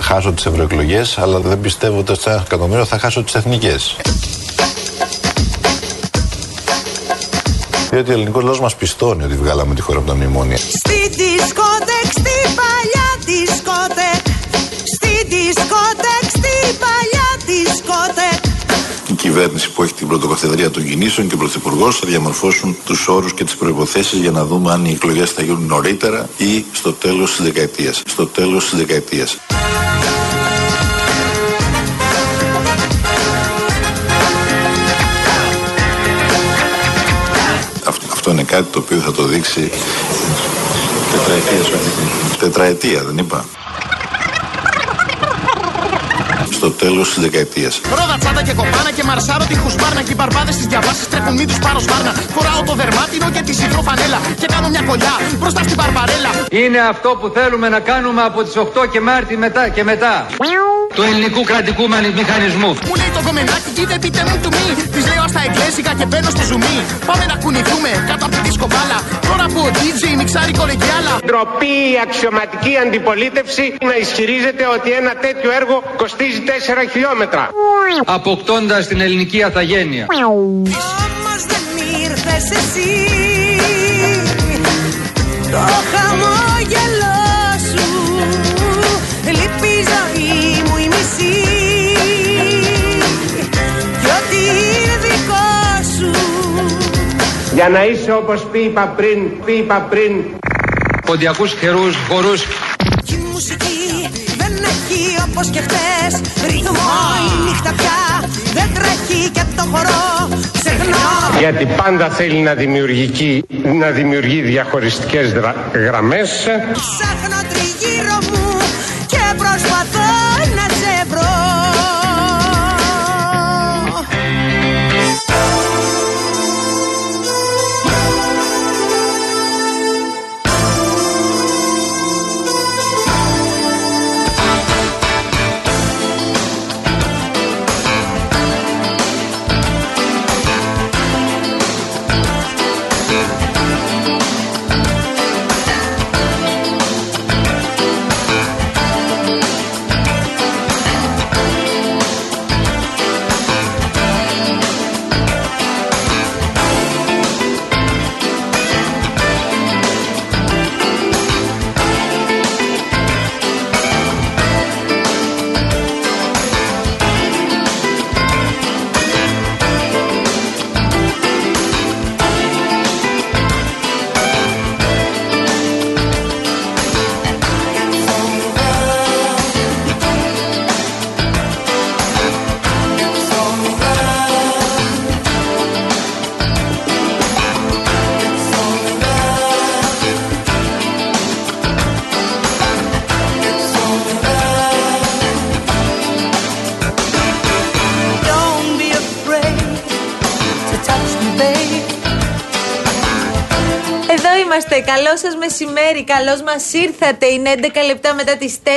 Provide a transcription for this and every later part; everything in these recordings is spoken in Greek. χάσω τις ευρωεκλογές, αλλά δεν πιστεύω ότι σε ένα εκατομμύριο θα χάσω τις εθνικές. Διότι ο ελληνικός λαός μας πιστώνει ότι βγάλαμε τη χώρα από τα μνημόνια. Στη δισκότεκ, στη παλιά δισκότεκ Στη δισκότεκ, στη παλιά δισκότεκ Η κυβέρνηση που έχει την πρωτοκαθεδρία των κινήσεων και ο Πρωθυπουργός θα διαμορφώσουν τους όρους και τις προποθέσει για να δούμε αν οι εκλογές θα γίνουν νωρίτερα ή στο τέλος της δεκαετίας. Στο τέλος της δεκαετίας. Αυτό, αυτό είναι κάτι το οποίο θα το δείξει τετραετία. σου έδειχνε. Τετραετία, δεν είπα. Στο τέλος της δεκαετίας. Ρόδα τσάντα και κοπάνα και μαρσάρω τη χουσμάρνα. Και οι μπαρμπάδε της διαβάσεις τρέχουν μύτου πάνω σπάρνα. Φοράω το δερμάτινο και τη σιδρό φανέλα. Και κάνω μια κολλιά μπροστά στην μπαρμπαρέλα. Είναι αυτό που θέλουμε να κάνουμε από τις 8 και Μάρτι μετά και μετά. Του ελληνικού κρατικού μανι- μηχανισμού. Μου λέει το κομμενάκι, κοίτα πείτε μου του μη. Της λέω στα εγγλέζικα και μπαίνω στο ζουμί. Πάμε να κουνηθούμε κάτω από τη δισκοπάλα. Τώρα που ο DJ μιξάρει κολεγιάλα. Ντροπή η αξιωματική αντιπολίτευση να ισχυρίζεται ότι ένα τέτοιο έργο κοστίζει 4 χιλιόμετρα. Αποκτώντας την ελληνική αθαγένεια. Όμως δεν ήρθες εσύ Το χαμόγελό σου Λείπει η ζωή μου η μισή Κι ό,τι δικό σου Για να είσαι όπως είπα πριν, είπα πριν, Ποντιακούς χερούς, χορούς. Κι η μουσική δεν έχει όπως και χτες Ρυθμό η νύχτα πια δεν τρέχει και το χορό Ξεχνώ γιατί πάντα θέλει να δημιουργεί, να δημιουργεί διαχωριστικές δρα, γραμμές. Ψάχνω τριγύρω μου και προσπαθώ να σε βρω. Don't be afraid to touch me, babe. Εδώ είμαστε. Καλό σα μεσημέρι. Καλώ μα ήρθατε. Είναι 11 λεπτά μετά τι 4.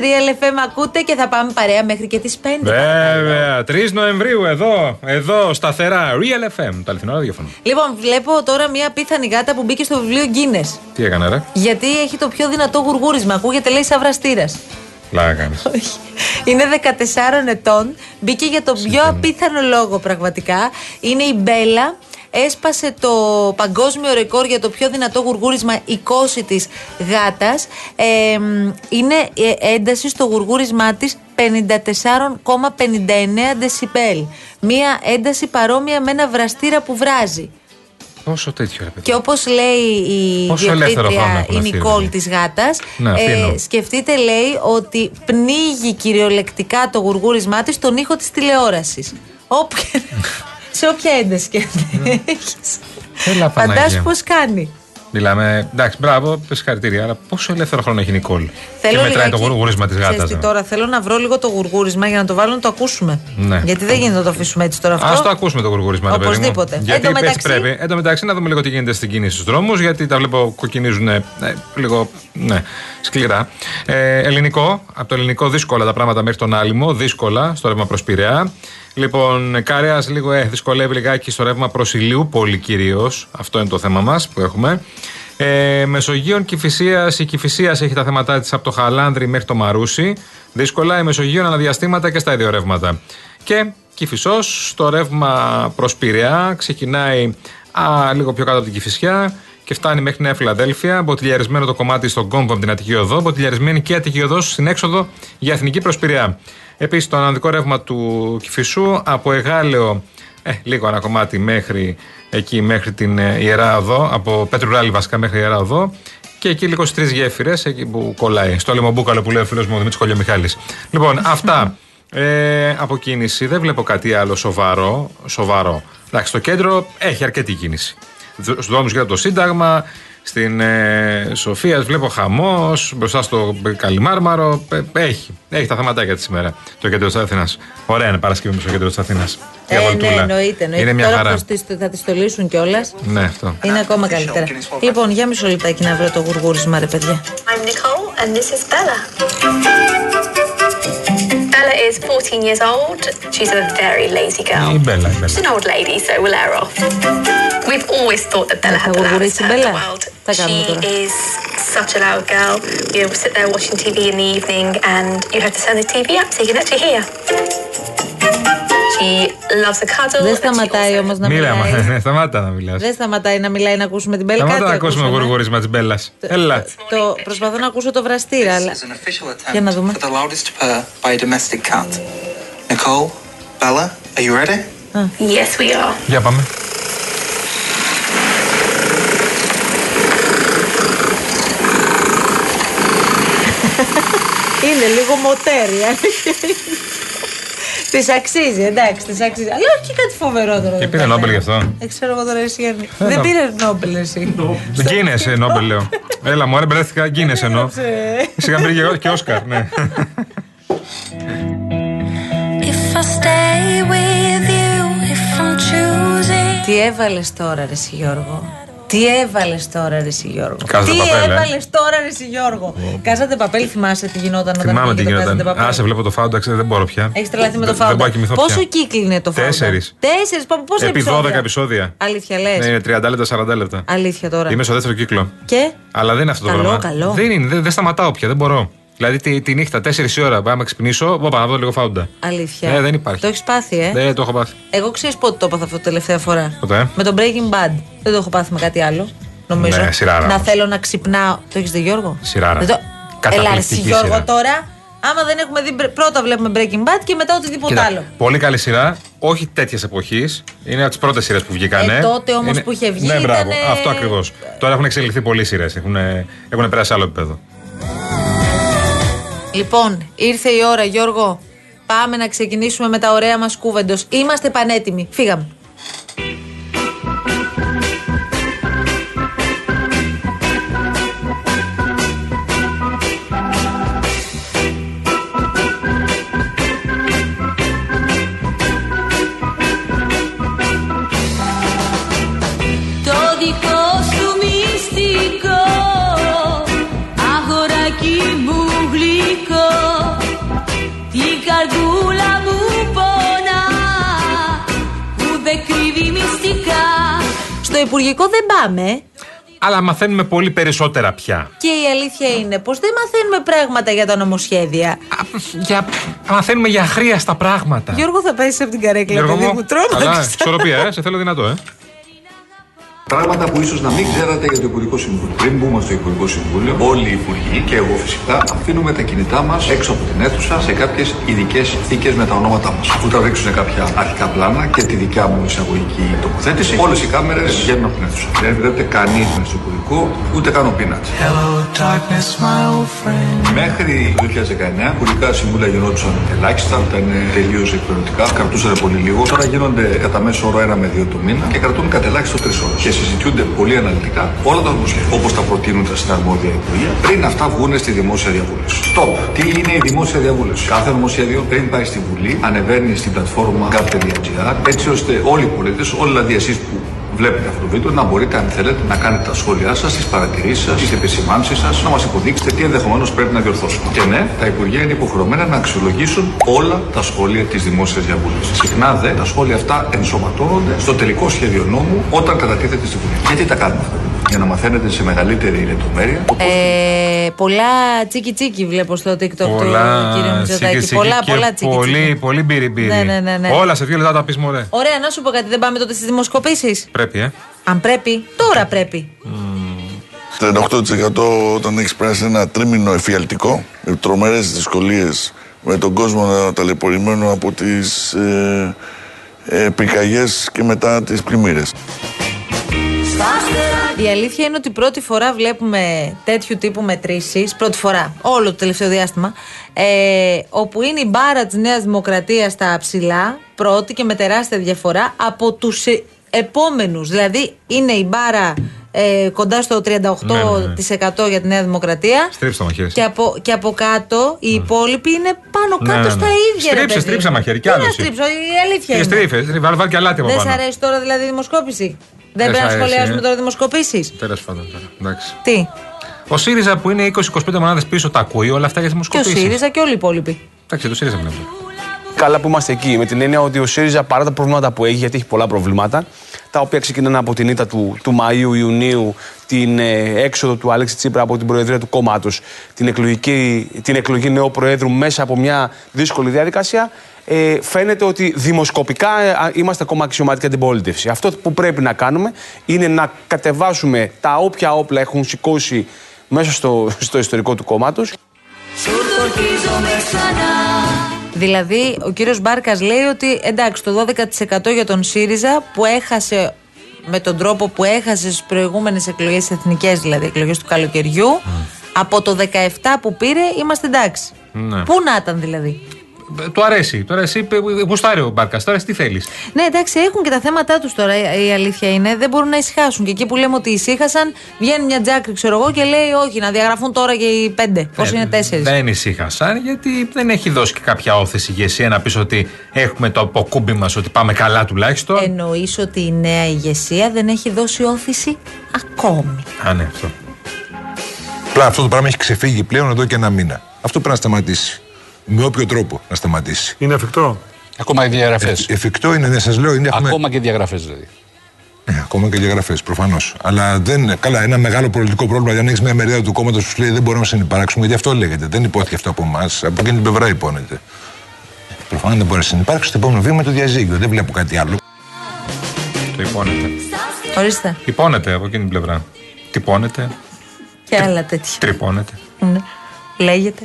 Real FM ακούτε και θα πάμε παρέα μέχρι και τις 5. Ναι. Βέβαια, 3 Νοεμβρίου εδώ, εδώ, σταθερά. Real FM, τα αληθινά ραδιόφωνα. Λοιπόν, βλέπω τώρα μια πίθανη γάτα που μπήκε στο βιβλίο Guinness. Τι έκανε, ρε. Γιατί έχει το πιο δυνατό γουργούρισμα. Ακούγεται λέει σαν βραστήρας. Λάγα κάνεις. Όχι. Είναι 14 ετών. Μπήκε για τον πιο απίθανο λόγο πραγματικά. Είναι η Μπέλα. Έσπασε το παγκόσμιο ρεκόρ για το πιο δυνατό γουργούρισμα 20 της γάτας. Ε, μ, είναι ε, ένταση στο γουργούρισμά της 54,59 δεσιμπέλ. Μία ένταση παρόμοια με ένα βραστήρα που βράζει. Πόσο τέτοιο, ρε παιδί. Και όπως λέει η Πόσο ελεύθερο χρόνο διευθύντρια, έχουν η αυτοί, Νικόλ δηλαδή. της Γάτας, Ναι, αυτή εννοώ. Ε, σκεφτείτε, λέει, ότι πνίγει κυριολεκτικά το γουργούρισμά της τον ήχο της τηλεόρασης. Όποια... σε όποια ένταση και αν έχεις. Έλα, Παναγία Φαντάσου μου. πώς κάνει. Μιλάμε. Εντάξει, μπράβο, συγχαρητήρια, αλλά πόσο ελεύθερο χρόνο έχει η Νικόλ. Θέλω και μετράει το λιγάκι- γουργούρισμα ε. της Ξέρεις γάτας. τι τώρα θέλω να βρω λίγο το γουργούρισμα για να το βάλω να το ακούσουμε. Ναι. Γιατί δεν γίνεται να το αφήσουμε έτσι τώρα αυτό. Ας το ακούσουμε το γουργούρισμα, ρε παιδί μου. Οπωσδήποτε. Εν τω Γιατί έτσι μεταξύ- πρέπει. Εν τω μεταξύ, να δούμε λίγο τι γίνεται στην κίνηση στους δρόμους, γιατί τα βλέπω κοκκινίζουν ε, λίγο ναι, σκληρά. Ε, ελληνικό, από το ελληνικό δύσκολα τα πράγματα μέχρι τον άλυμο, δύσκολα στο ρεύμα προς Πειραιά. Λοιπόν, Κάρεα λίγο ε, δυσκολεύει λιγάκι στο ρεύμα προς Ηλίου, πολύ κυρίως. Αυτό είναι το θέμα μας που έχουμε. Ε, Μεσογείων Κυφυσία. Η Κυφυσία έχει τα θέματα της από το Χαλάνδρη μέχρι το Μαρούσι. Δύσκολα η Μεσογείων αναδιαστήματα και στα ίδια ρεύματα. Και Κυφισό, στο ρεύμα προς Πειραιά, ξεκινάει α, λίγο πιο κάτω από την Κυφυσιά και φτάνει μέχρι Νέα Φιλαδέλφια. Μποτιλιαρισμένο το κομμάτι στον κόμβο από την Αττική Οδό. Μποτιλιαρισμένη και η Αττική Οδός στην έξοδο για Εθνική προς Πειραιά. Επίσης το αναδικό ρεύμα του Κυφισού από Εγάλεο ε, λίγο ένα κομμάτι μέχρι εκεί, μέχρι την ε, Ιερά Οδό, από Πέτρου Ράλι βασικά μέχρι Ιερά Οδό. Και εκεί λίγο στις τρεις γέφυρες, εκεί που κολλάει. Στο λιμομπούκαλο που λέει ο φίλος μου ο Δημήτρης Χολιομιχάλη. Λοιπόν, αυτά. Ε, από κίνηση δεν βλέπω κάτι άλλο σοβαρό. σοβαρό. Εντάξει, το κέντρο έχει αρκετή κίνηση. Στους δρόμους γύρω από το Σύνταγμα, στην ε, Σοφία βλέπω χαμός, μπροστά στο Καλιμάρμαρο. Ε, έχει, έχει τα θεματάκια της σήμερα το κέντρο της Αθήνας. Ωραία είναι Παρασκευή με στο κέντρο της Αθήνας. Ε, ναι, εννοείται. εννοείται. Είναι μια Τώρα χαρά. που θα τις- θα τη στολίσουν κιόλας. Ναι, αυτό. Είναι ακόμα καλύτερα. Λοιπόν, για μισό λεπτάκι να βρω το γουργούρισμα, ρε παιδιά. I'm Nicole and this is Bella. Bella is 14 years old. She's a very lazy girl. Η Μπέλα, η Μπέλα. She's an old lady, so we'll air off. We've always thought that Bella Θα had the loudest γουργουρίσει η hair in the Μπέλα. world. Θα κάνουμε τώρα. She is such a loud girl. You'll sit there watching TV in the evening and you have to turn the TV up so you can actually hear. She loves a cuddle. Δεν and she σταματάει also- όμως να Μίλα, μα. μιλάει. ναι, σταμάτα να μιλάς. Δεν σταματάει να μιλάει να ακούσουμε την Μπέλα. Σταμάτα Κάτι να ακούσουμε ακούσαμε. γουργούρισμα τη Μπέλλα. Έλα. Το, προσπαθώ να ακούσω το βραστήρα, αλλά. This is an official attempt Για να δούμε. for the loudest purr by a domestic cat. Nicole, Bella, are you ready? Yes, we are. Για πάμε. Είναι λίγο μοτέρι, αλήθεια. Της αξίζει, εντάξει, της αξίζει. Αλλά όχι κάτι φοβερό τώρα. Και πήρε Νόμπελ γι' αυτό. Ε, Ε, ξέρω εγώ τώρα εσύ, Γιάννη. Έλα. Δεν πήρε Νόμπελ εσύ. Γκίνεσαι, ε, Νόμπελ, λέω. Έλα, μου μπερδεύτηκα. Γκίνεσαι, εννοώ. Έγραψε. Σιγά πήρε και- και Όσκαρ, ναι. If I stay with you, if I'm choosing. Τι έβαλες τώρα, ρε εσύ, Γιώργο. Τι έβαλες τώρα, ρε εσύ, Γιώργο. Casa de τι Papel, ε. έβαλες τώρα, ρε εσύ, Γιώργο. Κάζατε παπέλ, θυμάσαι τι γινόταν όταν Θυμάμαι τι βγήκε το γινόταν. Casa de Papel. Άσε, βλέπω το φάουνταξ, δεν μπορώ πια. Έχεις τρελαθεί με το Δεν- Δεν φάουντα. πάω να κοιμηθώ Πόσο πια. κύκλι είναι το φάουντα. Τέσσερις. Τέσσερις, πάμε πόσα Επί επεισόδια? 12 επεισόδια. Αλήθεια λες. Ναι, είναι 30 λεπτά, 40 λεπτά. Αλήθεια τώρα. Είμαι στο δεύτερο κύκλο. Και. Αλλά δεν είναι αυτό το Καλό, πράγμα. καλό. Δεν είναι, δεν, δεν σταματάω πια, δεν μπορώ. Δηλαδή τη, τη νύχτα, 4 η ώρα, πάμε να ξυπνήσω, πάω να δω λίγο φάουντα. Αλήθεια. Ναι, δεν υπάρχει. Το έχεις πάθει, ε. Δεν το έχω πάθει. Εγώ ξέρεις πότε το έπαθα αυτό τελευταία φορά. Πότε, ε? Με τον Breaking Bad. Δεν το έχω πάθει με κάτι άλλο. Νομίζω. Ναι, σειράρα να όμως. θέλω να ξυπνάω. Το έχεις δει, Γιώργο. Σειράρα. Δεν το... Καταπληκτική Έλα, ρε, εσύ, Γιώργο, σειρά. τώρα. Άμα δεν έχουμε δει. πρι- Πρώτα βλέπουμε Breaking Bad και μετά οτιδήποτε Κοίτα, άλλο. Πολύ καλή σειρά, όχι τέτοια εποχής. Είναι από τις πρώτες σειρές που βγήκανε. Ε, τότε όμως που είχε βγει Ναι, μπράβο, ήτανε- αυτό ακριβώς. Τώρα έχουν εξελιχθεί πολλοί σειρέ. Έχουν, έχουν περάσει άλλο επίπεδο. Λοιπόν, ήρθε η ώρα, Γιώργο. Πάμε να ξεκινήσουμε με τα ωραία μας κούβεντος. Είμαστε πανέτοιμοι. Φύγαμε. Το δικό σου μυστικό Αγοράκι μου γλυκό Την καρδούλα μου πονά Που δεν κρύβει μυστικά Στο Υπουργικό δεν πάμε. ε. Αλλά μαθαίνουμε πολύ περισσότερα πια. Και η αλήθεια είναι πως δεν μαθαίνουμε πράγματα για τα νομοσχέδια. Α, Για, μαθαίνουμε για αχρίαστα πράγματα. Γιώργο, θα πέσεις από την καρέκλα, Γιώργο παιδί μου. Τρώμαξα. Καλά, ισορροπία, ε, σε θέλω δυνατό, ε. Πράγματα που ίσως να μην ξέρατε για το Υπουργικό Συμβούλιο. Πριν μπούμε στο Υπουργικό Συμβούλιο, όλοι οι υπουργοί και εγώ φυσικά αφήνουμε τα κινητά μας έξω από την αίθουσα σε κάποιες ειδικές θήκες με τα ονόματά μας. Αφού τραβήξουν κάποια αρχικά πλάνα και τη δικιά μου εισαγωγική τοποθέτηση, όλες οι κάμερες βγαίνουν από την αίθουσα. Δεν επιτρέπεται κανείς μέσα στο Υπουργικό, ούτε καν ο πίνατ. Hello, darkness, my old friend. Μέχρι το 2019, κουλικά συμβούλια γινόντουσαν ελάχιστα, ήταν τελείω εκπαιδευτικά, κρατούσαν πολύ λίγο. Τώρα γίνονται κατά μέσο όρο ένα με δύο το μήνα και κρατούν κατά ελάχιστο τρεις ώρες. Και συζητιούνται πολύ αναλυτικά όλα τα νομοσχέδια. Όπως τα προτείνουν τα συναρμόδια υπουργεία, πριν αυτά βγουν στη δημόσια διαβούλευση. Stop. Τι είναι η δημόσια διαβούλευση. Κάθε νομοσχέδιο πριν πάει στη Βουλή, ανεβαίνει στην πλατφόρμα Gap.gr, έτσι ώστε όλοι οι πολίτες, όλοι δηλαδή εσείς που βλέπετε αυτό το βίντεο, να μπορείτε αν θέλετε να κάνετε τα σχόλιά σας, τις παρατηρήσεις σας, τις επισημάνσεις σας, να μας υποδείξετε τι ενδεχομένως πρέπει να διορθώσουμε. Και ναι, τα Υπουργεία είναι υποχρεωμένα να αξιολογήσουν όλα τα σχόλια της δημόσιας διαβούλευσης. Συχνά δε τα σχόλια αυτά ενσωματώνονται στο τελικό σχέδιο νόμου όταν κατατίθεται στη Βουλή. Γιατί τα κάνουμε αυτά. για να μαθαίνετε σε μεγαλύτερη λεπτομέρεια. Ε, πολλά τσίκι τσίκι βλέπω στο TikTok Πολλά του κύριου Μητσοτάκη. τσίκι-τσίκι πολλά, και πολλά τσίκι Πολύ, πολύ μπύρι-μπύρι. Ναι, ναι, ναι, ναι. Όλα σε δύο λεπτά τα πεις μωρέ. Ωραία, να σου πω κάτι, δεν πάμε τότε στις δημοσκοπήσεις. Πρέπει, ε. Αν πρέπει, τώρα πρέπει. 38% όταν έχεις περάσει ένα τρίμηνο εφιαλτικό, με τρομερές δυσκολίες, με τον κόσμο να- ταλαιπωρημένο από τις ε, ε, πυρκαγιές και μετά τις πλημμύρες. Η αλήθεια είναι ότι πρώτη φορά βλέπουμε τέτοιου τύπου μετρήσεις. Πρώτη φορά, όλο το τελευταίο διάστημα. Ε, όπου είναι η μπάρα της Νέας Δημοκρατίας στα ψηλά, πρώτη και με τεράστια διαφορά από τους επόμενους. Δηλαδή είναι η μπάρα ε, κοντά Ναι, στο 38% για τη Νέα Δημοκρατία. Στρίψε τα μαχαίρι. Και από, και από κάτω οι υπόλοιποι είναι πάνω Ναι, κάτω ναι, στα ναι. ίδια. ρε Στρίψε, παιδί. στρίψε μαχαίρι, Τι κι να άλλο εσύ. στρίψω, η αλήθεια Και είναι. στρίφε. Βάλ, βάλ και αλάτι από Δεν σ' πάνω. αρέσει τώρα δηλαδή η δημοσκόπηση. Δεν Δεν πρέπει να σ' αρέσει, σχολιάζουμε ε. τώρα δημοσκοπήσεις. Τέλος πάντων τώρα. Εντάξει. Τι. Ο ΣΥΡΙΖΑ που είναι 20-25 μονάδες πίσω τα ακούει όλα αυτά για τι Και ο δημοσκοπήσεις. ΣΥΡΙΖΑ και όλοι οι υπόλοιποι. Εντάξει, το ΣΥΡΙΖΑ μιλάμε. Καλά που είμαστε εκεί, με την έννοια ότι ο ΣΥΡΙΖΑ παρά τα προβλήματα που έχει, γιατί έχει πολλά προβλήματα, τα οποία ξεκινάνε από την ήττα του, του Μαΐου-Ιουνίου, την ε, έξοδο Ναι, του Αλέξη Τσίπρα από την Προεδρία του κόμματος, την, εκλογική- την εκλογή νέου Προέδρου μέσα από μια δύσκολη διαδικασία. Ε, φαίνεται ότι δημοσκοπικά ε, α, είμαστε ακόμα αξιωματική αντιπολίτευση. Αυτό που πρέπει να κάνουμε είναι να κατεβάσουμε τα όποια όπλα έχουν σηκώσει μέσα στο, στο ιστορικό του κόμματος. Δηλαδή, ο κύριος Μπάρκας λέει ότι εντάξει, το 12% για τον ΣΥΡΙΖΑ που έχασε με τον τρόπο που έχασε στις προηγούμενες εκλογές, εθνικές δηλαδή, εκλογές του καλοκαιριού, από το 17 που πήρε είμαστε εντάξει. Ναι. Πού να ήταν δηλαδή. Του αρέσει. Τώρα εσύ είπε, γουστάρει ο Μπάρκας. Τώρα εσύ τι θέλεις. Ναι, εντάξει, έχουν και τα θέματα τους τώρα. Η αλήθεια είναι. Δεν μπορούν να ησυχάσουν. Και εκεί που λέμε ότι ησύχασαν, βγαίνει μια τζάκρη, ξέρω εγώ, και λέει όχι, να διαγραφούν τώρα και οι πέντε. Πώς είναι τέσσερις. Ε, Δεν ησύχασαν γιατί δεν έχει δώσει και κάποια όθεση η ηγεσία να πεις ότι έχουμε το αποκούμπι μας, ότι πάμε καλά τουλάχιστον. Εννοείς ότι η νέα ηγεσία δεν έχει δώσει όθηση ακόμη. Α, ναι, αυτό. Απλά αυτό το πράγμα έχει ξεφύγει πλέον εδώ και ένα μήνα. Αυτό πρέπει να σταματήσει. Με όποιο τρόπο να σταματήσει. Είναι εφικτό. Ακόμα και διαγραφέ. εφικτό είναι, δεν σας λέω. Είναι, Ακόμα και διαγραφές δηλαδή. Ναι, ακόμα και διαγραφές, προφανώς. Αλλά δεν. Καλά, ένα μεγάλο πολιτικό πρόβλημα. Δηλαδή, αν έχεις μια μερίδα του κόμματος που σου λέει δεν μπορούμε να συνεπάρξουμε, γιατί αυτό λέγεται. Δεν υπόθηκε αυτό από εμάς. Από εκείνη την πλευρά υπόνεται. Προφανώς δεν μπορεί να συνεπάρξει. Το επόμενο βήμα είναι το διαζύγιο. Δεν βλέπω κάτι άλλο. Το υπόνεται. Ορίστε. Υπόνεται από εκείνη την πλευρά. Τυπώνεται, Και άλλα τέτοια. τρυπώνεται. Ναι. Λέγεται.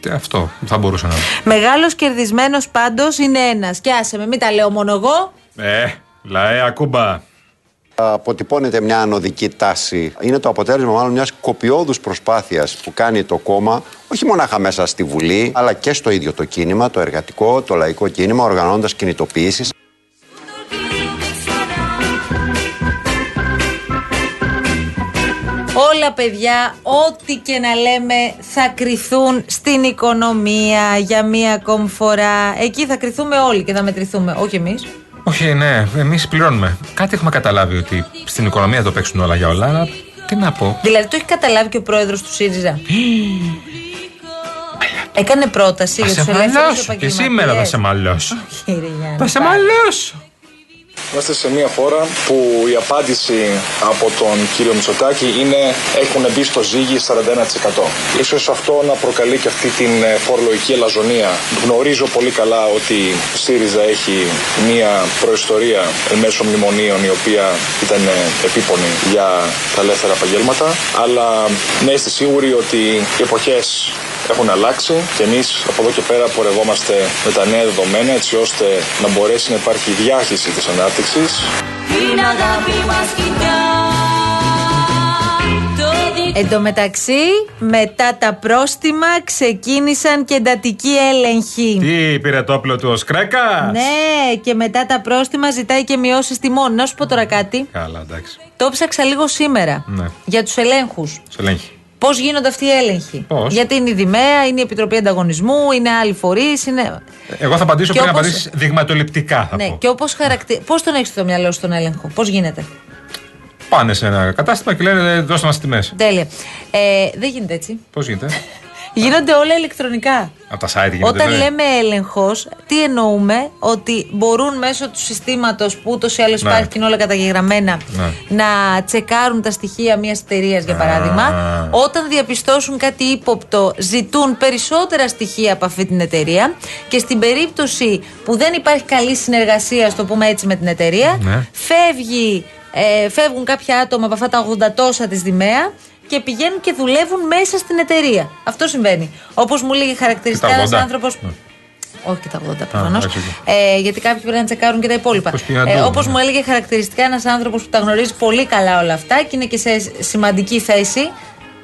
Τι, Αυτό θα μπορούσε να. Μεγάλος κερδισμένος πάντως είναι ένας. Και άσε με, μην τα λέω μόνο εγώ. Ε, λαέ, ακούμπα. Αποτυπώνεται μια ανωδική τάση. Είναι το αποτέλεσμα μάλλον μιας κοπιώδους προσπάθειας που κάνει το κόμμα, όχι μονάχα μέσα στη Βουλή, αλλά και στο ίδιο το κίνημα, το εργατικό, το λαϊκό κίνημα, οργανώνοντας κινητοποιήσεις. Όλα παιδιά, ό,τι και να λέμε, θα κρυθούν στην οικονομία για μία ακόμη φορά. Εκεί θα κρυθούμε όλοι και θα μετρηθούμε. Όχι εμείς. Όχι, ναι, εμείς πληρώνουμε. Κάτι έχουμε καταλάβει ότι στην οικονομία το παίξουν όλα για όλα, αλλά τι να πω. Δηλαδή το έχει καταλάβει και ο πρόεδρος του ΣΥΡΙΖΑ. Έκανε πρόταση Θα για του σε ελεύθερους μαλώσω. Και επαγγελματίε. σήμερα θα σε μαλώσω. Κύριε Γιάννη. Θα σε μαλώσω. Είμαστε σε μια χώρα που η απάντηση από τον κύριο Μητσοτάκη είναι έχουν μπει στο ζύγι 41%. Ίσως αυτό να προκαλεί και αυτή την ε, φορολογική ελαζονία. Γνωρίζω πολύ καλά ότι η ΣΥΡΙΖΑ έχει μια προϊστορία εν μέσω μνημονίων η οποία ήταν ε, επίπονη για τα ελεύθερα επαγγέλματα. Αλλά ναι, είστε σίγουροι ότι οι εποχές έχουν αλλάξει και εμείς από εδώ και πέρα πορευόμαστε με τα νέα δεδομένα έτσι ώστε να μπορέσει να υπάρχει διάχυση της ανάπτυξης Την αγάπη μας κοιτά Το δι- Εν τω μεταξύ, μετά τα πρόστιμα ξεκίνησαν και εντατικοί έλεγχοι. Τι πήρε το όπλο του ο Σκρέκας. Ναι, και μετά τα πρόστιμα ζητάει και μειώσεις τιμών. Να σου πω τώρα κάτι. Καλά, εντάξει. Το ψάξα λίγο σήμερα Ναι, για τους ελέγχους. σε ελέγχει. Πώς γίνονται αυτοί οι έλεγχοι. Πώς? Γιατί είναι η Δημαία, είναι η Επιτροπή Ανταγωνισμού, είναι άλλοι φορείς. Είναι... Εγώ θα απαντήσω Και πριν να όπως- απαντήσεις δειγματοληπτικά. Θα ναι, πω. και όπως χαρακτη... Πώς τον έχεις στο μυαλό σου τον έλεγχο, Πώς γίνεται. Πάνε σε ένα κατάστημα και λένε «Ε, δώστε μα τιμές. Τέλεια. Ε, δεν γίνεται έτσι. Πώς γίνεται. Γίνονται όλα ηλεκτρονικά. Από τα site γίνεται. Όταν ναι. λέμε έλεγχος, τι εννοούμε, ότι μπορούν μέσω του συστήματος που ούτως ή άλλως Ναι. υπάρχει και είναι όλα καταγεγραμμένα Ναι. να τσεκάρουν τα στοιχεία μιας εταιρείας, για παράδειγμα. Όταν διαπιστώσουν κάτι ύποπτο, ζητούν περισσότερα στοιχεία από αυτή την εταιρεία και στην περίπτωση που δεν υπάρχει καλή συνεργασία, στο πούμε έτσι, με την εταιρεία, Ναι. φεύγει, ε, φεύγουν κάποια άτομα από αυτά τα 80 τόσα της Δημαία και πηγαίνουν και δουλεύουν μέσα στην εταιρεία. Αυτό συμβαίνει. Όπως μου λέγει χαρακτηριστικά Και τα ένας 80. άνθρωπο. Όχι και τα 80 προφανώ. Ναι. εντάξει, οκ. Ε, γιατί κάποιοι πρέπει να τσεκάρουν και τα υπόλοιπα. Πώς πηγαίνουν, ναι. Όπω μου έλεγε χαρακτηριστικά ένας άνθρωπος που τα γνωρίζει πολύ καλά όλα αυτά και είναι και σε σημαντική θέση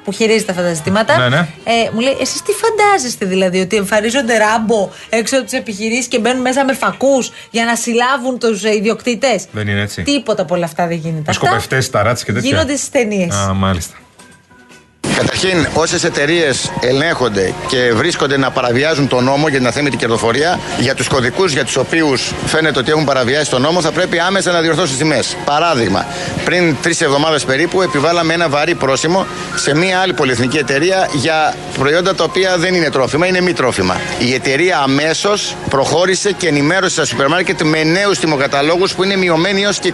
που χειρίζεται αυτά τα ζητήματα. Ναι, ναι. Ε, μου λέει, εσείς τι φαντάζεστε δηλαδή, ότι εμφανίζονται ράμπο έξω από τις επιχειρήσεις και μπαίνουν μέσα με φακούς για να συλλάβουν τους ιδιοκτήτες. Δεν είναι έτσι. Τίποτα από όλα αυτά δεν γίνεται. Με σκοπευτέ, τα ράτσε και τέτοια. γίνονται στις ταινίες. Α, μάλιστα. Καταρχήν, όσες εταιρείες ελέγχονται και βρίσκονται να παραβιάζουν τον νόμο για την αθέμητη κερδοφορία, για τους κωδικούς για τους οποίους φαίνεται ότι έχουν παραβιάσει τον νόμο, θα πρέπει άμεσα να διορθώσουν τιμές. Παράδειγμα, πριν τρεις εβδομάδες περίπου, επιβάλαμε ένα βαρύ πρόσημο σε μία άλλη πολυεθνική εταιρεία για προϊόντα τα οποία δεν είναι τρόφιμα, είναι μη τρόφιμα. Η εταιρεία αμέσως προχώρησε και ενημέρωσε τα σούπερ μάρκετ με νέους τιμοκαταλόγους που είναι μειωμένοι έως και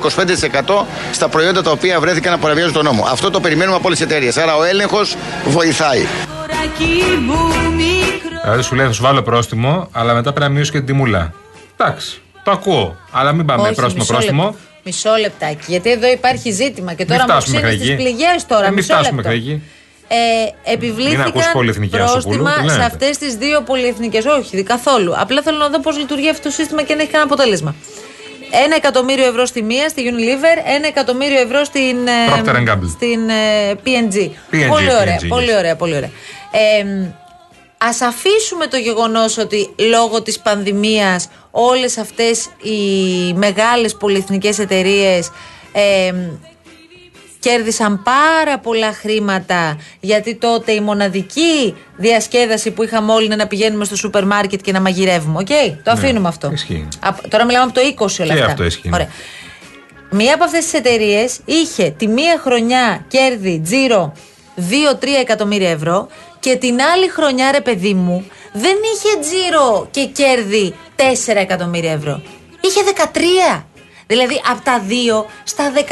25% στα προϊόντα τα οποία βρέθηκαν να παραβιάζουν τον νόμο. Αυτό το περιμένουμε από όλες τις εταιρείες. Άρα ο έλεγχος βοηθάει. Δηλαδή σου λέει θα σου βάλω πρόστιμο, αλλά μετά πρέπει να μειώσεις και την τιμούλα. Εντάξει, το ακούω. Αλλά μην πάμε Όχι, πρόστιμο μισό πρόστιμο. λεπτό. Μισό λεπτάκι, γιατί εδώ υπάρχει ζήτημα και τώρα μου φτάσουμε ξύνεις μέχρι τις εκεί. πληγές τώρα. Ε, μην μισό φτάσουμε λεπτό. μέχρι εκεί. Ε, Μην επιβλήθηκαν ακούς πολυεθνική, Ασοπούλου, πρόστιμα τι λένε. σε αυτές τις δύο πολυεθνικές. Όχι, δι- καθόλου. Απλά θέλω να δω πώς λειτουργεί αυτό το σύστημα και αν έχει κανένα αποτέλεσμα. Ένα εκατομμύριο ευρώ στη μία, στη Unilever, ένα εκατομμύριο ευρώ στην, ε, Procter and Gamble. στην ε, P&G. P&G, Πολύ ωραία, yes. πολύ ωραία, πολύ ωραία. Ε, ας αφήσουμε το γεγονός ότι λόγω της πανδημίας όλες αυτές οι μεγάλες πολυεθνικές εταιρείες ε, κέρδισαν πάρα πολλά χρήματα γιατί τότε η μοναδική διασκέδαση που είχαμε όλοι είναι να πηγαίνουμε στο σούπερ μάρκετ και να μαγειρεύουμε. Οκ, το αφήνουμε αυτό. Ναι, Ισχύει. Απ- τώρα μιλάμε από το 20 όλα Και αυτά. αυτό ισχύει. ναι. Ωραία. Μία από αυτές τις εταιρείες είχε τη μία χρονιά κέρδη τζίρο 2-3 εκατομμύρια ευρώ και την άλλη χρονιά, ρε παιδί μου, δεν είχε τζίρο και κέρδη 4 εκατομμύρια ευρώ. Είχε 13. Δηλαδή από τα 2 στα 13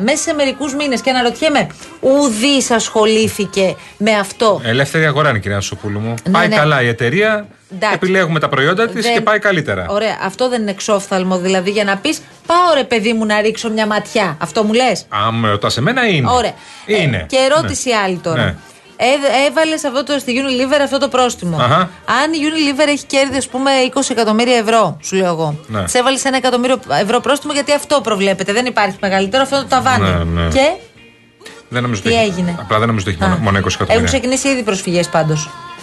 μέσα σε μερικούς μήνες και αναρωτιέμαι ουδής ασχολήθηκε με αυτό. Ελεύθερη αγορά είναι κυρία Σοπούλου μου. πάει ναι. καλά η εταιρεία. Εντάξει. Επιλέγουμε τα προϊόντα της Δεν- και πάει καλύτερα. Ωραία, αυτό δεν είναι εξόφθαλμο δηλαδή για να πεις πάω ρε παιδί μου να ρίξω μια ματιά. Αυτό μου λες. Αν με ρωτάς εμένα είναι. Ωραία. Ναι. Ε, Είναι. Και ερώτηση άλλη τώρα. Ναι. Ε, έβαλες αυτό το, στη Unilever αυτό το πρόστιμο. Αχα. Αν η Unilever έχει κέρδη, ας πούμε, 20 εκατομμύρια ευρώ, σου λέω εγώ. Ναι. Σε έβαλες ένα εκατομμύριο ευρώ πρόστιμο γιατί αυτό προβλέπεται. Δεν υπάρχει μεγαλύτερο αυτό το ταβάνι. Ναι, ναι. Και Δεν νομίζω Τι ότι έχει- έγινε? Απλά δεν νομίζω ότι έχει Α. μόνο- μόνο 20 έχουν εκατομμύρια. ξεκινήσει ήδη προσφυγές πάντως.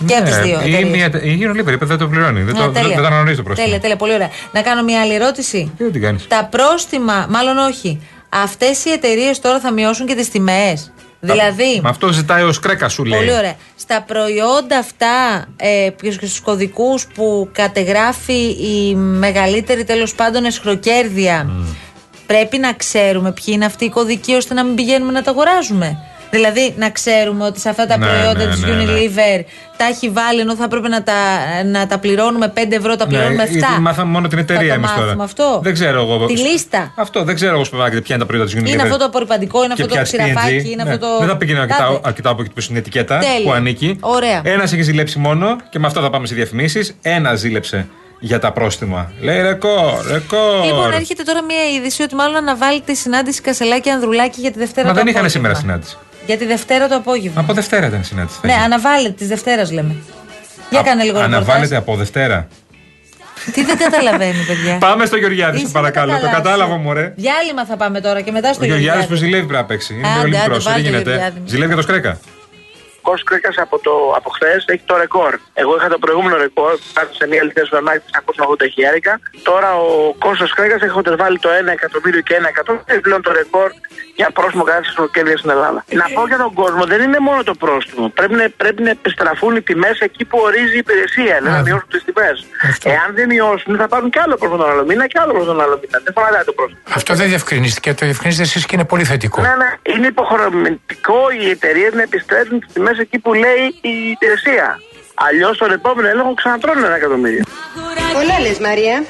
Και από τι Ναι, δύο. η εταιρείες. μία- Η Unilever είπε δεν το πληρώνει. Δεν Ναι, το δεν- τέλεια. δεν τα αναγνωρίζει το πρόστιμο. Τέλεια, τέλεια, πολύ ωραία. Να κάνω μια άλλη ερώτηση. Τι την κάνεις. Τα πρόστιμα, μάλλον όχι. Αυτές οι εταιρείες τώρα θα μειώσουν και τις τιμές. Δηλαδή. Με αυτό ζητάει ο Σκρέκα σου λέει. Πολύ ωραία. Στα προϊόντα αυτά ε, και στους κωδικούς που κατεγράφει η μεγαλύτερη τέλος πάντων εσχροκέρδεια, πρέπει να ξέρουμε ποιοι είναι αυτοί οι κωδικοί ώστε να μην πηγαίνουμε να τα αγοράζουμε. Δηλαδή να ξέρουμε ότι σε αυτά τα Ναι, προϊόντα ναι, της ναι, ναι. Unilever τα έχει βάλει ενώ θα έπρεπε να τα, να τα πληρώνουμε 5 ευρώ, τα πληρώνουμε 7. ήδη Ναι, μάθαμε μόνο την εταιρεία Θα το εμείς τώρα. μάθουμε αυτό. Δεν ξέρω εγώ. Τη λίστα. Αυτό δεν ξέρω εγώ στο μάρκετ ποια είναι τα προϊόντα της Unilever. Είναι αυτό το απορριπαντικό, είναι και αυτό το ποια της P&G. ξηραφάκι, είναι Ναι. αυτό το. Δεν θα πήγαινα να Τάδε. κοιτάω, να κοιτάω από εκεί που είναι η ετικέτα Τέλεια. που ανήκει. Ωραία. Ένας έχει ζηλέψει μόνο και με αυτά θα πάμε σε διαφημίσεις. Ένας ζήλεψε για τα πρόστιμα. Λέει ρεκόρ, ρεκόρ. Λοιπόν, έρχεται τώρα μία είδηση ότι μάλλον αναβάλει τη συνάντηση Κασελάκη Ανδρουλάκη για τη Δευτέρα Μα το δεν είχαν απόγευμα. σήμερα συνάντηση. Για τη Δευτέρα το απόγευμα. Από Δευτέρα ήταν η συνάντηση. θα Ναι, γίνει. αναβάλλεται της Δευτέρας λέμε. Για κάνε λίγο ρεπορτάζ. Αναβάλλεται από Δευτέρα. Τι δεν καταλαβαίνει, παιδιά. Πάμε στο Γεωργιάδης, σε παρακαλώ. Το καταλάβεις. κατάλαβα, μωρέ. Διάλειμμα θα πάμε τώρα και μετά Ο στο Γεωργιάδη που Γεωργιάδη. ζηλεύει πρέπει να παίξει. Είναι Άντε, λίγο άντε, μικρό, βάλ' δεν το γίνεται. Γεωργιάδη μου. Ζηλεύει για το σκρέκα. Κώστα Κρέκα από, το, από χθες έχει το ρεκόρ. Εγώ είχα το προηγούμενο ρεκόρ, πάνω σε μια αλήθεια σούπερ μάρκετ 180 χιλιάρικα. Τώρα ο Κώστας Κρέκα έχοντας βάλει το 1 εκατομμύριο και 1 εκατομμύριο, έχει πλέον το ρεκόρ για πρόστιμο κατάσταση του κέρδου στην Ελλάδα. Να πω για τον κόσμο, δεν είναι μόνο το πρόστιμο. Πρέπει να, πρέπει να επιστραφούν οι τιμές εκεί που ορίζει η υπηρεσία, δηλαδή να μειώσουν τις τιμές. Εάν δεν μειώσουν, θα πάρουν κι άλλο προ τον άλλο μήνα και άλλο προ τον άλλο μήνα. Δεν φοβάται το πρόστιμο. Αυτό δεν διευκρινίστηκε. Το διευκρινίζετε εσείς και είναι πολύ θετικό. Ναι, ναι. Είναι υποχρεωτικό οι εταιρείες να επιστρέψουν τις τιμές εκεί που λέει η υπηρεσία. Αλλιώ τον επόμενο έλεγχο ξανατρώνε ένα εκατομμύριο. Πολλά λες, Μαρία.